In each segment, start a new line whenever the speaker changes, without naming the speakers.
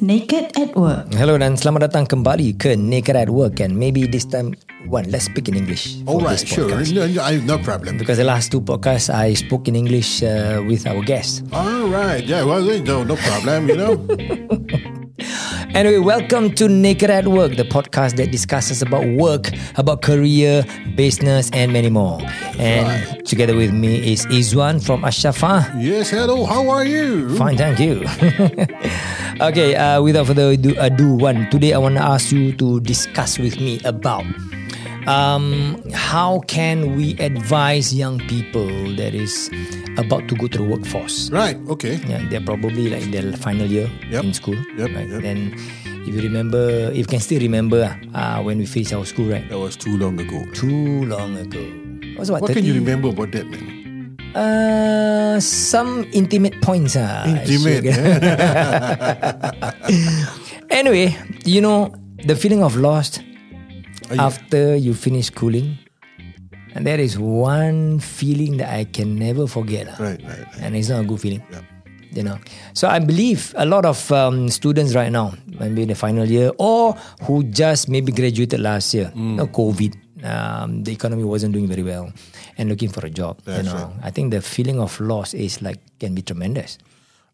Naked at Work.
Hello dan selamat datang kembali ke Naked at Work and maybe this time one let's speak in English. for
All right,
this
sure.
podcast.
No, no, I- no problem.
Because the last two podcasts I spoke in English uh, with our guests.
All right, yeah, well, no, no problem, you know.
Anyway, welcome to Naked at Work, the podcast that discusses about work, about career, business, and many more. And together with me is Izwan from Ashafa.
yes, hello, how are you?
Fine, thank you. okay, uh, without further ado, ado, one today I want to ask you to discuss with me about um, how can we advise young people that is about to go to the workforce.
Right, okay.
Yeah, they're probably like in their final year
Yep.
in school.
Yep,
Right?
yep.
Then, if you remember, if you can still remember, ah, uh, when we finished our school, right?
That was too long ago.
Too long ago. It Was about
What
30,
can you remember about that, man?
Uh, some intimate points. ah.
Intimate,
Sugar.
eh?
Anyway, you know the feeling of lost
Are you-
after you finish schooling, and that is one feeling that I can never forget. ah.
Right, right, right.
and it's not a good feeling.
Yeah.
You know, so I believe a lot of um, students right now, maybe in the final year, or who just maybe graduated last year,
Mm.
no COVID, um, the economy wasn't doing very well, and looking for a job. you
That's
know, I think the feeling of loss is like can be tremendous.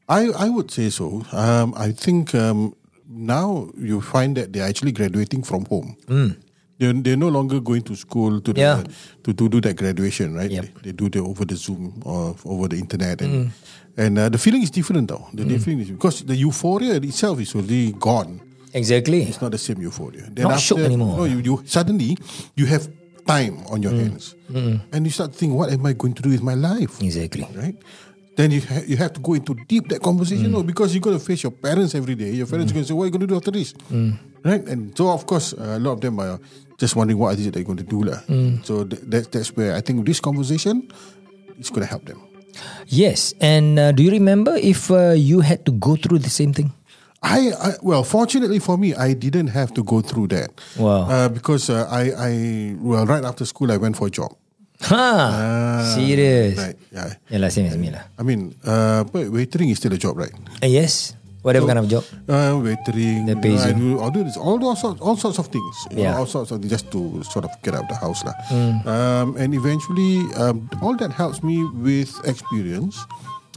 I, I would say so. Um, I think um, now you find that they're actually graduating from home. They're, they're no longer going to school to, the,
Hmm. Yeah.
to, to do that graduation, right?
Yep. Hmm.
They, they do the over the Zoom or over the internet. And, and uh, the feeling is different now. The feeling is because the euphoria itself is already gone.
Exactly.
It's not the same euphoria. Then
Not shook anymore. Hmm.
No, you, you suddenly you have time on your hands, and you start thinking, "What am I going to do with my life?"
Exactly.
Right? Then you ha- you have to go into deep that
Mm.
conversation, no, because you're going to face your parents every day. Your parents going to say, "What are you going to do after this?"
Mm.
Right? And so, of course, uh, a lot of them are just wondering what is it they're going to do, lah.
Mm.
So th- that, that's where I think this conversation is going to help them.
Yes. And uh, do you remember if uh, you had to go through the same thing?
I, I well, fortunately for me, I didn't have to go through that.
Wow.
Uh, because uh, I, I well, right after school, I went for a job. Uh,
Ha! Serious.
Ah, Right. Yeah.
Yeah, lah, same as me lah.
I mean, uh, but waitering is still a job, right?
Uh, yes. Whatever kind of job.
Uh, waitering.
That pays you.
I do, I do this, all, all sorts, all sorts of things. you
Yeah.
know, all sorts of things just to sort of get out of the house, lah. Um, and eventually, um, all that helps me with experience.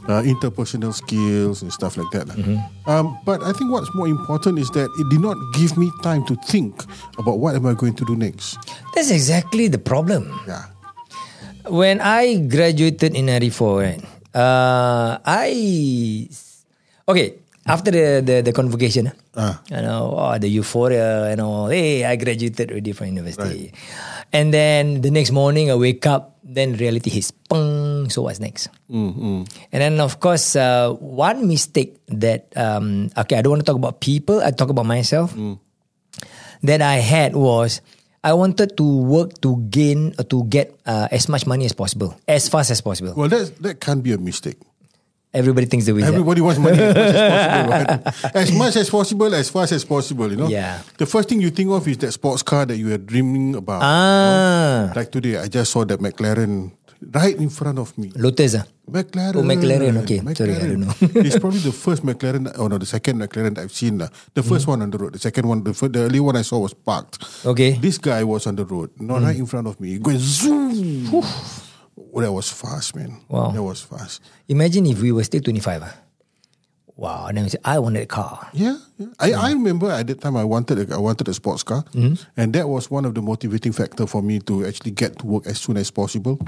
Uh, interpersonal skills and stuff like that. lah. Um, but I think what's more important is that it did not give me time to think about what am I going to do next.
That's exactly the problem.
Yeah.
When I graduated in 94, right, uh, I... Okay, after the, the, the convocation,
Ah.
you know, oh, the euphoria and all, hey, I graduated already from university. And then the next morning I wake up, then reality hits, pung, so what's next? And then of course, uh, one mistake that, um, okay, I don't want to talk about people, I talk about myself. that I had was I wanted to work to gain uh, to get uh, as much money as possible, as fast as possible.
Well, that's, that can't be a mistake.
Everybody thinks the way that.
Everybody wants money as much as possible, right? As much as possible, as fast as possible, you know?
Yeah.
The first thing you think of is that sports car that you were dreaming about.
Ah,
Like today, I just saw that McLaren right in front of me.
Lotus ah.
McLaren.
Oh, McLaren, okay. Sorry, I don't know.
it's probably the first McLaren, oh no, the second McLaren I've seen. lah. The
Hmm.
first one on the road, the second one, the, fir- the early one I saw was parked.
Okay. Hmm.
This guy was on the road, not right in front of me. He going zoom. Oh, that was fast, man.
Wow.
That was fast.
Imagine if we were still 25 ah. Wow, and then we say, I wanted a car.
Yeah, yeah. I, I remember at that time I wanted a, I wanted a sports car,
Mm-hmm.
and that was one of the motivating factor for me to actually get to work as soon as possible.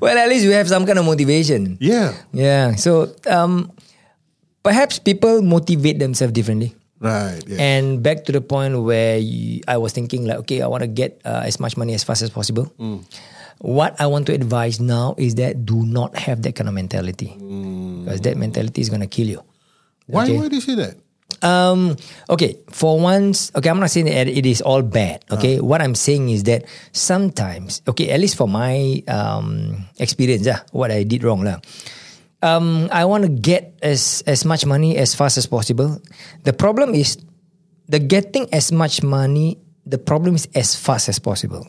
Well, at least we have some kind of motivation.
Yeah,
Yeah. So, um, perhaps people motivate themselves differently.
right. Yeah.
And back to the point where you, I was thinking like, okay, I want to get uh, as much money as fast as possible. What I want to advise now is that do not have that kind of mentality because that mentality is going to kill you.
why
okay.
why do you say that?
Um, okay, for once, okay, I'm not saying that it is all bad.
Ah.
Okay, what I'm saying is that sometimes, okay, at least for my um experience, ah, what I did wrong lah. Um, I want to get as as much money as fast as possible. The problem is the getting as much money. The problem is as fast as possible.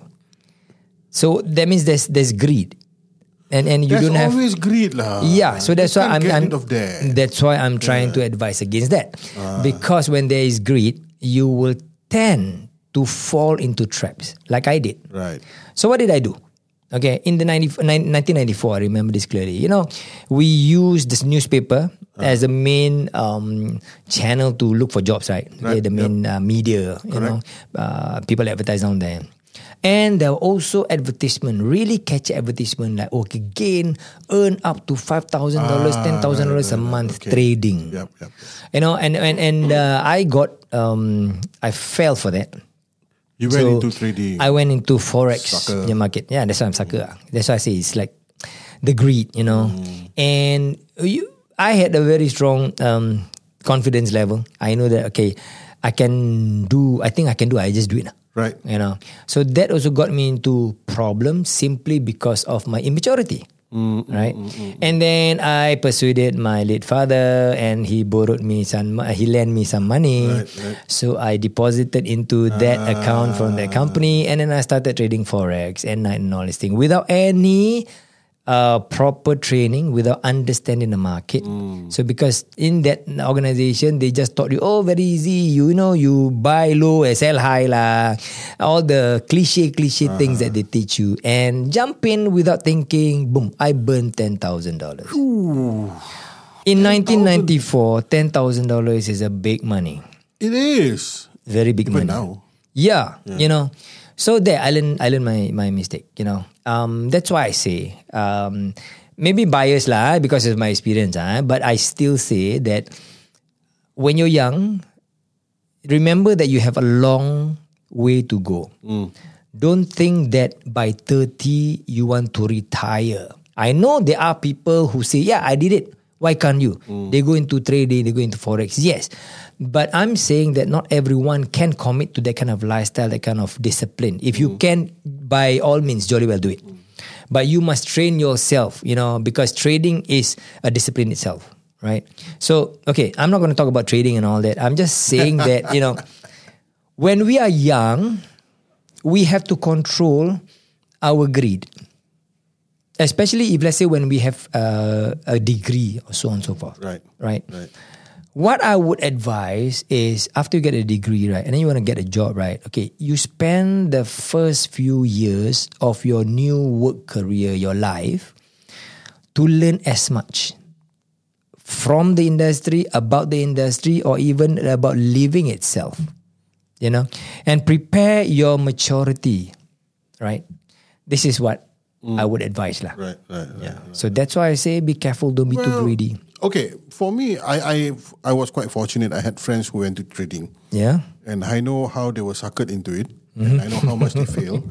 So that means there's there's greed. and and you
There's
don't have
always greed lah.
yeah, so that's
Ah,
why I'm,
You can't get
I'm
rid of that. Ah.
that's why I'm trying to advise against that because when there is greed, you will tend to fall into traps like I did.
Right.
So what did I do? Okay, in the 90, nine- 1994, I remember this clearly. You know, we used this newspaper
Ah.
as the main um, channel to look for jobs, right? Okay,
Right,
the main uh, media, you know, uh, people advertise on there. And there were also advertisement, really catchy advertisement like, okay, gain, earn up to $5,000, $10,000
Ah,
a month
okay.
trading.
Yep, yep.
You know, and, and, and uh, I got, um, I fell for that.
You went
So,
into 3D.
I went into forex
Sucker.
the market. Yeah, that's why I'm sucker. ah. That's why I say it's like the greed, you know.
Mm.
And you, I had a very strong um, confidence level. I know that okay, I can do. I think I can do. I just do it. ah.
right.
You know. So that also got me into problems simply because of my immaturity.
Mm,
right, and then I persuaded my late father, and he borrowed me some. He lent me some money,
Right, right. Ah.
so I deposited into that account from that company, and then I started trading forex and night and all this thing without any uh, proper training, without understanding the market.
Hmm.
So because in that organization, they just taught you, oh, very easy. You know, you buy low and sell high lah. All the cliche, cliche
Uh-huh.
things that they teach you, and jump in without thinking. Boom! I burned ten thousand dollars. In 1994, ten thousand dollars is a big money
It is.
very big
Even
money.
now.
Yeah, you know. So there, I learned I learned my my mistake. You know, um, that's why I say um, maybe bias lah because of my experience ah. But I still say that when you're young, remember that you have a long way to go. Don't think that by 30 you want to retire. I know there are people who say, Yeah, I did it. Why can't you? They go into trading, they go into forex. Yes. But I'm saying that not everyone can commit to that kind of lifestyle, that kind of discipline. If you can, by all means, jolly well do it. But you must train yourself, you know, because trading is a discipline itself right? So, okay, I'm not going to talk about trading and all that. I'm just saying that, you know, when we are young, we have to control our greed. Especially if, let's say, when we have uh, a degree or so on and so forth.
Right.
Right.
Right.
What I would advise is after you get a degree, right, and then you want to get a job, right? Okay, you spend the first few years of your new work career, your life, to learn as much from the industry, about the industry, or even about living itself, you know, and prepare your maturity, right? This is what I would advise, lah.
Mm. Right. Right. right.
Yeah. So that's why I say be careful, don't be too
Well,
greedy.
Okay, for me, I, I I was quite fortunate. I had friends who went to trading,
Yeah.
and I know how they were suckered into it, and I know how much they fail.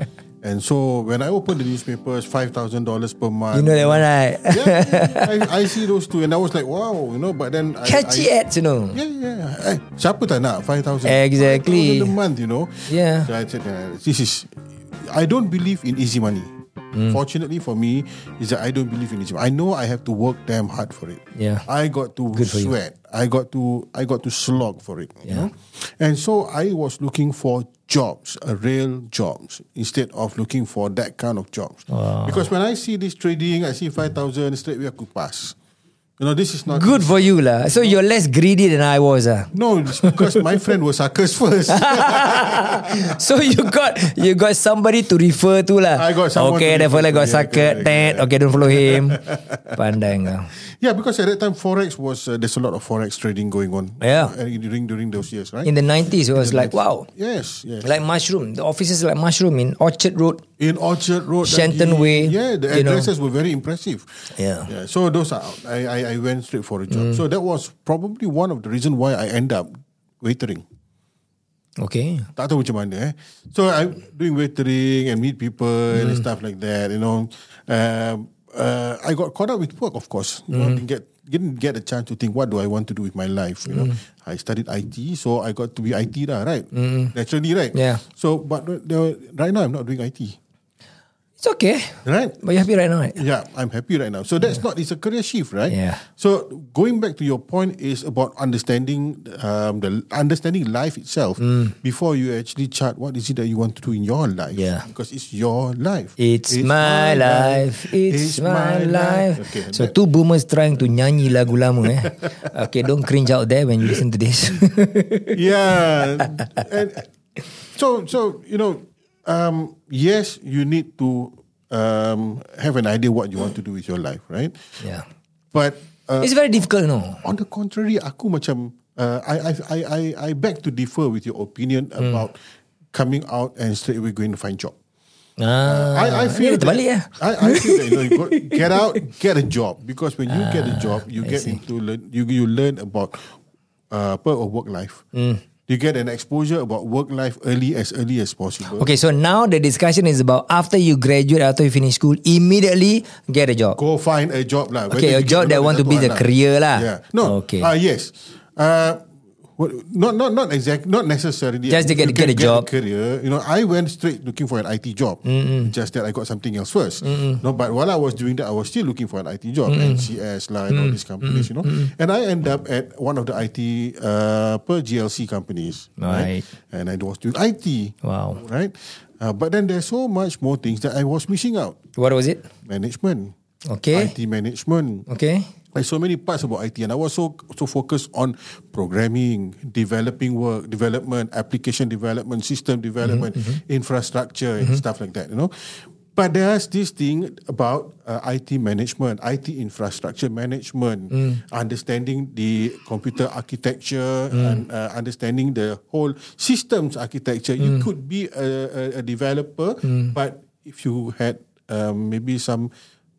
And so when I opened the newspapers, five thousand dollars per month.
You know that one, right?
yeah, I, I see those two, and I was like, wow, you know. But then I-
catchy
I,
ads, you know.
Yeah, yeah. Eh, siapa tak nak 5,000?
Exactly.
5,000 a month, you know.
Yeah.
So I said, uh, this is, I don't believe in easy money.
Hmm.
Fortunately for me, is that I don't believe in easy money. I know I have to work damn hard for it.
Yeah.
I got to
Good for you.
sweat. I got to, I got to slog for it, you know. And so I was looking for jobs, uh, real jobs, instead of looking for that kind of jobs. Because when I see this trading, I see 5,000 straight away, I could pass. You know, this is not
Good for you lah. So you're less greedy than I was ah.
No, it's because my friend was suckers first.
So you got you got somebody to refer to lah.
I got someone
Okay, that
to refer
fella
to,
got
yeah,
sucker.
correct,
Ted. Okay, don't follow him. ah. Pandai kau.
yeah, because at that time forex was uh, there's a lot of forex trading going on.
Yeah.
Uh, during during those years, right?
In the 90s, it was like wow,
yes, yes.
like mushroom. The offices like mushroom in Orchard Road.
in Orchard Road,
Shenton
the-
Way,
Yeah, the
you know.
addresses were very impressive.
Yeah. Mm.
yeah. So those are out. I, I I went straight for a job. So that was probably one of the reason why I end up waitering.
Okay.
tak tahu macam mana eh. So I'm doing waitering and meet people and stuff like that, you know. Um, uh, I got caught up with work, of course. You know, didn't get didn't get a chance to think what do I want to do with my life. You know, I studied IT, so I got to be IT lah, right? Naturally, right?
Yeah.
So, but the- the- right now I'm not doing IT.
It's okay.
right?
But you're happy right now, right?
Yeah, I'm happy right now. So that's not it's a career shift, right?
Yeah.
So going back to your point is about understanding um, the understanding life itself
Mm.
before you actually chart what is it that you want to do in your life.
Yeah.
Because it's your life.
It's, my, life. It's, my, life.
Okay.
so
that-
two boomers trying to nyanyi lagu lama eh. okay, don't cringe out there when you listen to this.
yeah. and so so you know, um, yes, you need to um, have an idea what you want to do with your life, right?
yeah.
But uh,
It's very difficult, no?
on the contrary, aku macam uh, I, I I I I beg to differ with your opinion
Hmm.
about coming out and straight away going to find job.
Ah,
I, I
dia
feel
terbalik eh? ya.
that, I, I feel that you know, you go, get out, get a job because when you get
Ah,
a job, you get into learn you you learn about uh, part of work life.
Hmm.
You get an exposure about work life early as early as possible.
Okay, so now the discussion is about after you graduate, after you finish school, immediately get a job.
Go find a job lah.
Okay, a
Whether you
job
get
that
or
want to
not,
be
satu
the
hal lah.
career lah.
Yeah. No.
Okay.
Uh, yes. Uh, what- not not not exact not necessarily
Just to get-
You
get
can
a job.
career you know I went straight looking for an IT job just that I got something else 1st no but while I was doing that I was still looking for an IT job NCS lah and all these companies you know and I end up at one of the IT uh, per GLC companies
Right.
and I was doing IT
Wow.
right uh, but then there's so much more things that I was missing out
What was it?
management
Okay.
IT management
Okay.
there's so many parts about IT, and I was so so focused on programming, developing work, development, application development, system development, infrastructure, and stuff like that. You know, but there's this thing about uh, IT management, IT infrastructure management, understanding the computer architecture, and uh, understanding the whole systems architecture. You could be a, a, a developer, but if you had um, maybe some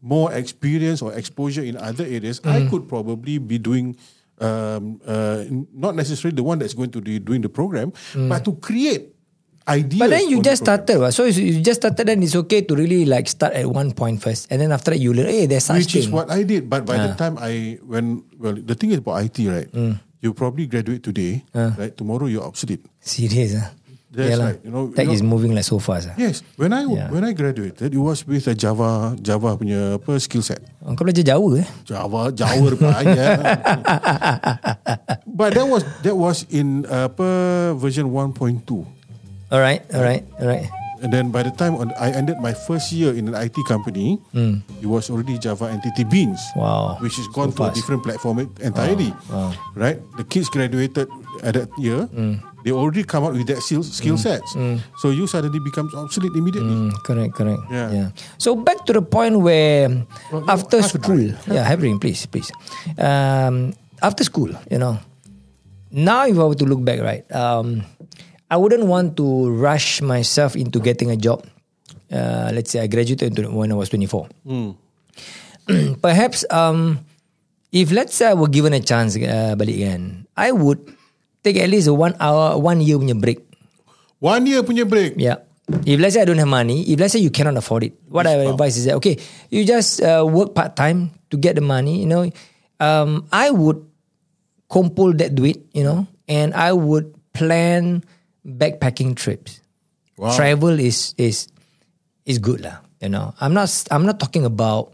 more experience or exposure in other areas,
Mm-hmm.
I could probably be doing um, uh, n- not necessarily the one that's going to be doing the program, but to create ideas.
Mm. But then you
for the
just
program.
started, what? so you you just started, then it's okay to really like start at one point first, and then after that you learn, hey, there's such
which
thing.
is what I did. But by
Ah.
the time I when well, the thing is about IT, right?
Mm.
You probably graduate today,
Ah.
right? Tomorrow you're obsolete.
Serious, ah?
That's
lah.
right. You know- you
tech
know-
is moving like so fast. Ah.
Yes, when I
Yeah.
when I graduated, it was with a Java Java punya apa skill set.
Oh, Kau belajar jauh eh?
Java, Jawa banyak. But that was that was in uh, apa version 1.2.
Alright, alright, alright.
And then by the time on, I ended my first year in an IT company, it was already Java Entity Beans,
Hmm. Wow.
which is gone
So
to a
fast.
different platform entirely. Right? The kids graduated at that year.
Hmm.
They already come out with that skill, skill sets. So you suddenly becomes obsolete immediately.
Mm, correct, correct.
Yeah.
So back to the point where
Well, no,
after
have a
school,
drink.
yeah, have a drink, please, please. Um, after school, you know. Now, if I were to look back, right, um, I wouldn't want to rush myself into getting a job. Uh, let's say I graduated into- when I was twenty-four.
Hmm.
Perhaps um, if let's say I were given a chance uh, balik kan, I would take at least a one hour, one year punya break.
One year punya break.
Yeah. If let's say I don't have money, if let's say you cannot afford it, what I would advise is that okay, you just uh, work part time to get the money. You know, um, I would compile that do it. You know, and I would plan backpacking trips.
Wow.
Travel is is is good lah. You know, I'm not I'm not talking about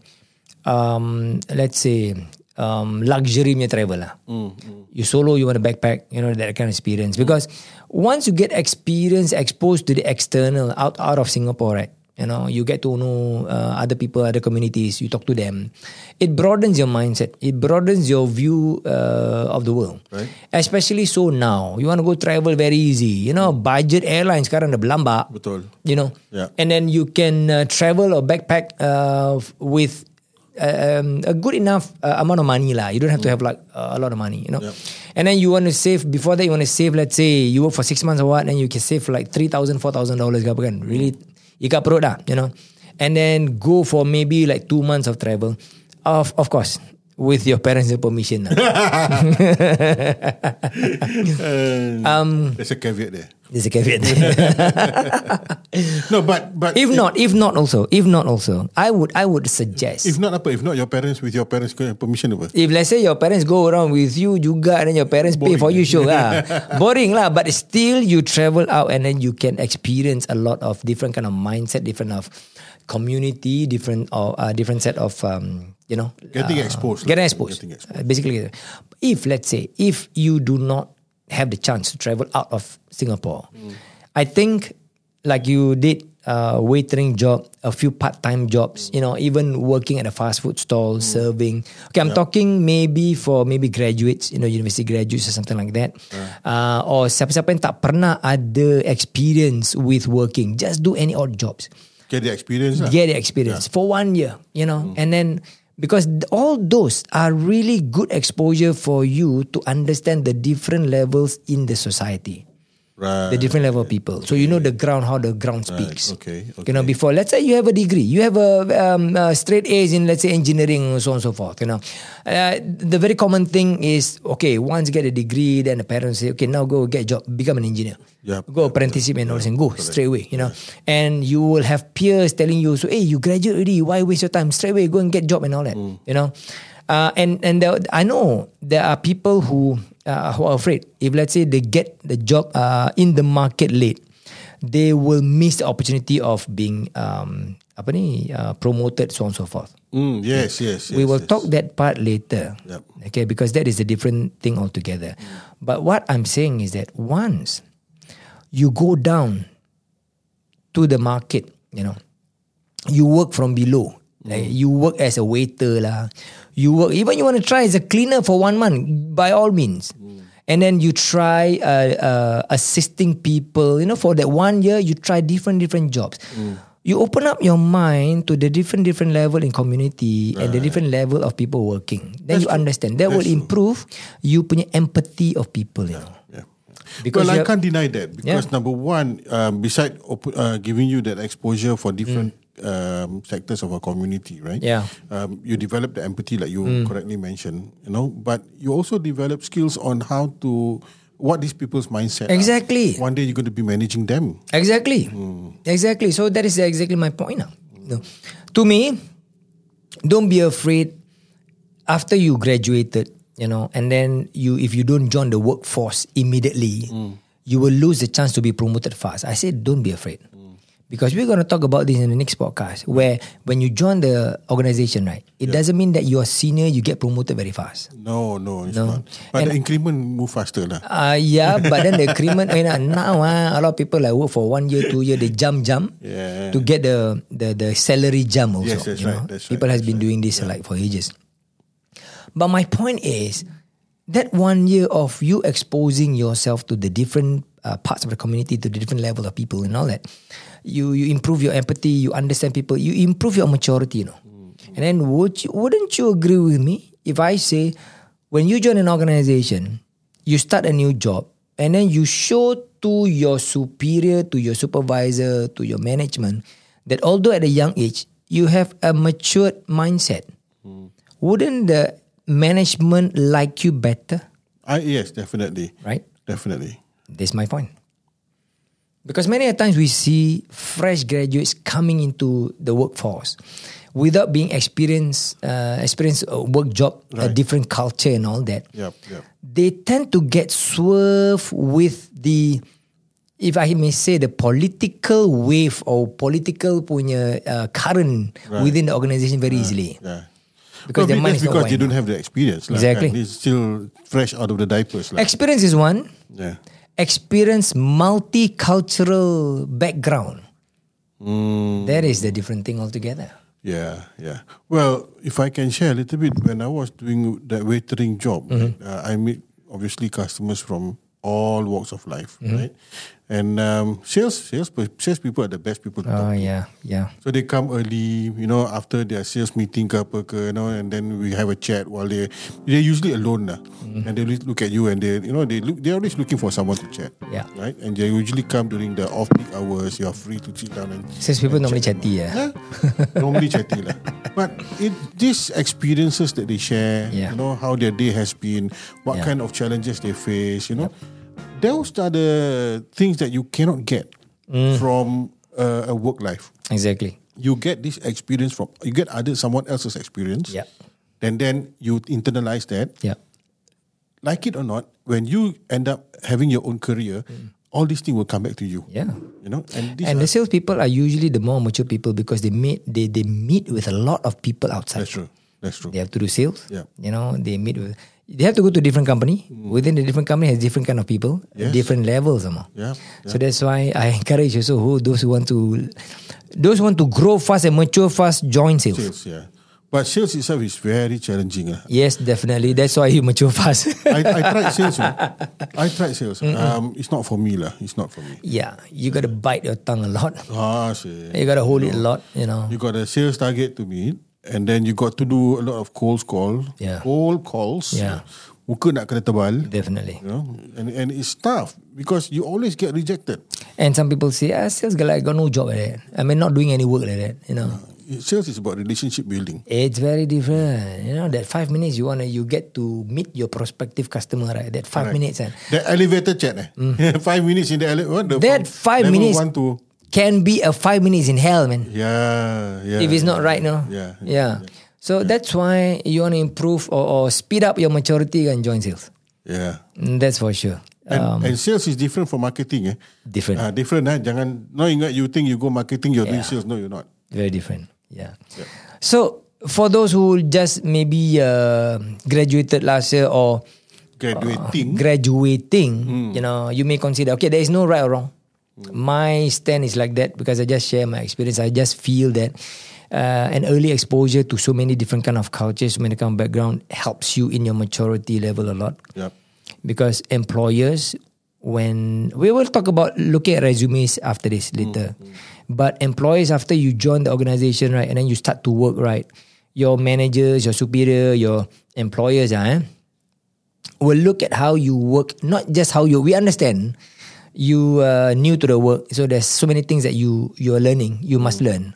um, let's say um, luxury punya travel lah.
Mm,
You solo, you want to backpack, you know that kind of experience. Because once you get experience exposed to the external out out of Singapore, right? You know, you get to know uh, other people, other communities. You talk to them. It broadens your mindset. It broadens your view uh, of the world.
Right.
Especially so now, you want to go travel very easy. You know, budget airlines sekarang dah berlambak.
Betul.
You know,
Yeah.
and then you can uh, travel or backpack uh, f- with uh, um, a good enough uh, amount of money lah. You don't have to have like uh, a lot of money, you know.
Yep.
And then you want to save before that you want to save. Let's say you work for six months or what, then you can save like three thousand, four thousand dollars. ke apa kan? Really, ikat perut dah, you know. And then go for maybe like two months of travel, of of course with your parents' permission. lah.
um, there's a caveat there.
There's a caveat.
No, but but
if not, if not also, if not also, I would I would suggest.
If not apa? If not your parents with your parents permission apa?
If let's say your parents go around with you juga and then your parents pay for you, sure lah. Boring lah, but still you travel out and then you can experience a lot of different kind of mindset, different of community, different or uh, different set of um, you know
Getting
uh,
exposed,
Getting
like,
exposed.
getting exposed.
Uh, basically, if let's say if you do not have the chance to travel out of Singapore,
Mm.
I think like you did uh, waitering job, a few part time jobs, you know, even working at a fast food stall,
Mm.
serving. Okay, I'm talking maybe for maybe graduates, you know, university graduates or something like that, uh, or siapa-siapa yang tak pernah ada experience with working, just do any odd jobs
Get the experience. lah.
get the experience for one year, you know,
Mm.
and then because th- all those are really good exposure for you to understand the different levels in the society,
Right.
the different level of people. So you know the ground, how the ground speaks.
okay,
You know, before let's say you have a degree, you have a um, uh, straight A's in let's say engineering, so on and so forth. You know, uh, the very common thing is okay. Once you get a degree, then the parents say, okay, now go get a job, become an engineer.
Yup,
go apprenticeship and all this and go straight away. You know, and you will have peers telling you, so hey, you graduate already, why waste your time? Straight away, go and get job and all that. You know, uh, and and there, I know there are people who uh, who are afraid if let's say they get the job uh, in the market late they will miss the opportunity of being um, apa ni uh, promoted so on and so forth.
Mm, yes, yes, yes.
we will
yes.
talk that part later.
Yep.
Okay, because that is a different thing altogether. But what I'm saying is that once you go down to the market, you know, you work from below. Like
Hmm.
you work as a waiter lah. You work even you want to try as a cleaner for one month by all means.
Hmm.
And then you try uh, uh, assisting people. You know, for that one year, you try different different jobs.
Hmm.
You open up your mind to the different different level in community and the different level of people working. Then you understand that will improve you punya empathy of people. You know,
Yeah.
Because
well, I
you're-
can't deny that because number one, um, beside op- uh, giving you that exposure for different um, sectors of our community, right?
Mm. Yeah. Mm.
Um, you develop the empathy, like you correctly mentioned, you know. But you also develop skills on how to what these people's mindset. are.
Exactly.
One day you're going to be managing them.
Exactly. Exactly. So that is exactly my point. Now. No. To me, don't be afraid after you graduated, you know, and then you if you don't join the workforce immediately, you will lose the chance to be promoted fast. I said don't be afraid. Because we're going to talk about this in the next podcast where when you join the organization, right? It doesn't mean that you are senior, you get promoted very fast.
No, no, it's not. But the increment move faster, lah.
Uh, yeah, but then the agreement you know, now ah, a lot of people like work for one year, two year, they jump, jump
Yeah.
to get the the the salary jump also.
Yes, that's
you
right,
know?
that's right,
people has
that's
been doing this like for ages. But my point is that one year of you exposing yourself to the different uh, parts of the community, to the different level of people and all that, you you improve your empathy, you understand people, you improve your maturity, you know. And then would you, wouldn't you agree with me if I say when you join an organization, you start a new job and then you show to your superior, to your supervisor, to your management that although at a young age, you have a matured mindset wouldn't the management like you better?
I yes, definitely,
Uh, Right?
definitely.
That's my point. Because many a times we see fresh graduates coming into the workforce without being experienced, uh, experienced uh, work job, a different culture and all that.
Yep, yep.
They tend to get swerved with the, if I may say, the political wave or political punya uh, current within the organization very easily.
Yeah.
Because their mind
Probably that's
is not
because they
wired.
don't have the experience. lah,
Exactly.
kan? They're still fresh out of the diapers. Like.
Experience is one.
yeah.
experience multicultural background.
Hmm.
That is the different thing altogether.
Yeah, yeah. Well, if I can share a little bit, when I was doing that waitering job,
Mm-hmm.
right, uh, I meet obviously customers from all walks of life,
Mm-hmm.
right? And um, sales, sales, pe- sales people are the best people to
Oh
talk
yeah, yeah.
So they come early, you know, after their sales meeting ke apa ke, you know, and then we have a chat while they they're usually alone lah.
Mm-hmm.
And they look look at you and they you know they look they're always looking for someone to chat.
Yeah.
Right? And they usually come during the off peak hours, you're free to sit down and
Since people
and
normally
chat
chatty, yeah.
Yeah. normally chatty lah. But it these experiences that they share,
Yeah.
you know how their day has been, what
Yeah.
kind of challenges they face, you know, those are the things that you cannot get
Mm.
from uh, a work life.
Exactly.
You get this experience from you get other someone else's experience,
Yeah.
and then you internalize that
Yeah.
like it or not, when you end up having your own career, all these things will come back to you.
Yeah.
You know, and this
Mm. And the sales people are usually the more mature people because they meet they, they meet with a lot of people outside.
that's true. That's true.
They have to do sales.
Yeah. Mm.
You know, they meet with they have to go to different company. Within the different company has different kind of people, different levels some more.
Yeah,
So that's why I encourage also who those who want to those who want to grow fast and mature fast, join sales.
Sales, yeah. But sales itself is very challenging. ah.
Yes, definitely. That's why you mature fast.
I, I tried sales. you know. I tried sales. Um, it's not for me lah. It's not for me.
yeah. You gotta bite your tongue a lot.
Ah, shit.
You gotta hold it a lot, you know.
You got a sales target to meet, and then you got to do a lot of cold call,
Yeah.
cold calls.
Yeah.
Muka nak kena tebal.
Definitely.
You know, and and it's tough because you always get rejected.
And some people say, ah, sales guy, I got no job like that. I mean, not doing any work like that, you know.
Sales is about relationship building.
It's very different. You know, that five minutes you wanna you get to meet your prospective customer, right? That five minutes eh? and
The elevator chat, eh? five minutes in the
Mm.
elevator.
that five
level
minutes
One to
can be a five minutes in hell, man.
yeah, yeah.
if it's not right now.
Yeah,
Yeah. So that's why you wanna improve or, or speed up your maturity and join sales.
yeah.
Mm, That's for sure.
And, and sales is different from marketing, eh?
Um, Different.
Ah, different, eh? Jangan, no ingat you think you go marketing, you're doing sales. No, you're not.
very different. Yeah. So for those who just maybe uh, graduated last year or Ah,
Graduating.
graduating, you know, you may consider okay, there is no right or wrong. My stand is like that because I just share my experience. I just feel that uh, an early exposure to so many different kind of cultures, so many kind of background helps you in your maturity level a lot.
yep.
Because employers, when we will talk about looking at resumes after this later, but employers after you join the organization, right, and then you start to work, right, your managers, your superior, your employers, ah, eh, will look at how you work, not just how you. We understand you uh, new to the work, so there's so many things that you you're learning. You must learn,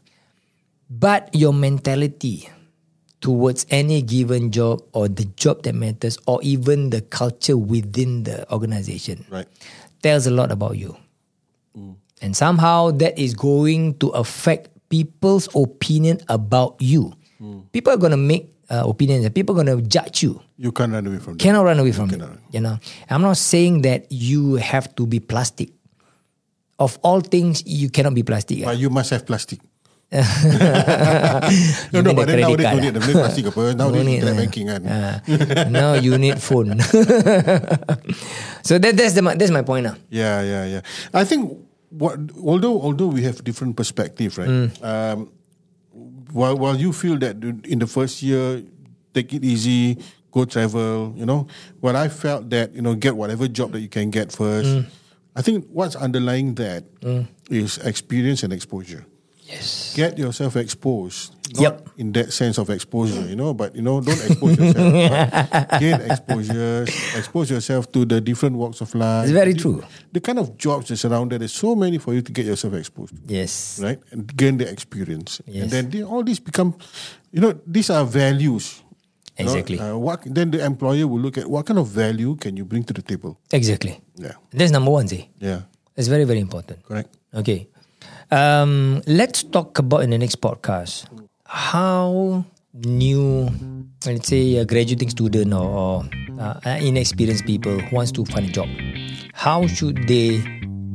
but your mentality towards any given job or the job that matters, or even the culture within the organization,
Right.
tells a lot about you. And somehow that is going to affect people's opinion about you. People are going to make uh, opinions and people are going to judge you
You can't run away from that.
cannot run away from it. You know, I'm not saying that you have to be plastic. Of all things, you cannot be plastic. ah.
But you must have plastic.
You
No,
need
no,
a
but then
credit
nowadays
card
don't need
lah.
the plastic apa. Nowadays
No need
internet
lah.
banking kan.
Ah. no, you need phone. so that that's the my- that's my point ah. now.
Yeah, yeah, yeah. I think what although although we have different perspective, right? Um, while while you feel that in the first year, take it easy, go travel, you know. Well, I felt that you know get whatever job that you can get first. I think what's underlying that is experience and exposure.
Yes.
Get yourself exposed.
Yep.
In that sense of exposure, you know, but you know, don't expose yourself. but Get exposure, expose yourself to the different walks of life.
It's very
The-
true.
The kind of jobs that's around there, there's so many for you to get yourself exposed, to,
Yes.
right? And gain the experience.
Yes.
And then they, all these become, you know, these are values. you know.
Exactly.
Uh, what, then the employer will look at what kind of value can you bring to the table.
Exactly.
Yeah.
That's number one. See,
Yeah.
it's very very important.
Correct.
Okay. Um, let's talk about in the next podcast how new, let's say, a graduating student or, or uh, inexperienced people who wants to find a job, how should they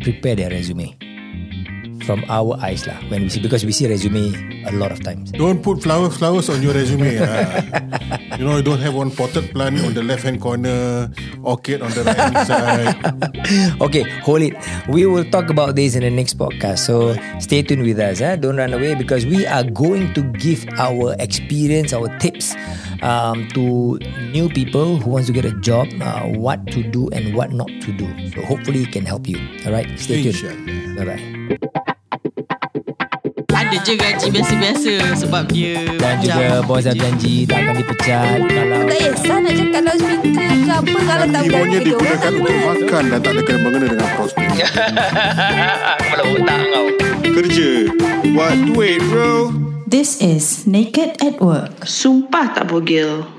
prepare their resume from our eyes lah? When we see because we see resume a lot of times.
Don't put flowers flowers on your resume. ah. You know, you don't have one potted plant on the left hand corner, orchid on the right hand side.
okay, hold it. We will talk about this in the next podcast. So stay tuned with us. Eh? Don't run away because we are going to give our experience, our tips um, to new people who wants to get a job, uh, what to do and what not to do. So hopefully it can help you. All right, stay tuned.
Inshallah.
Bye bye.
Ada je gaji biasa-biasa Sebab dia
Dan juga bos dah janji tak akan dipecat kalau
Tak kisah nak cakap dalam speaker ke apa Kalau tak berani
Ibunya
dia orang
digunakan
tak
untuk
buat
makan dan tak ada kena mengena dengan prospek.
Kepala otak kau
Kerja, buat duit bro.
This is Naked at Work.
Sumpah tak bogel.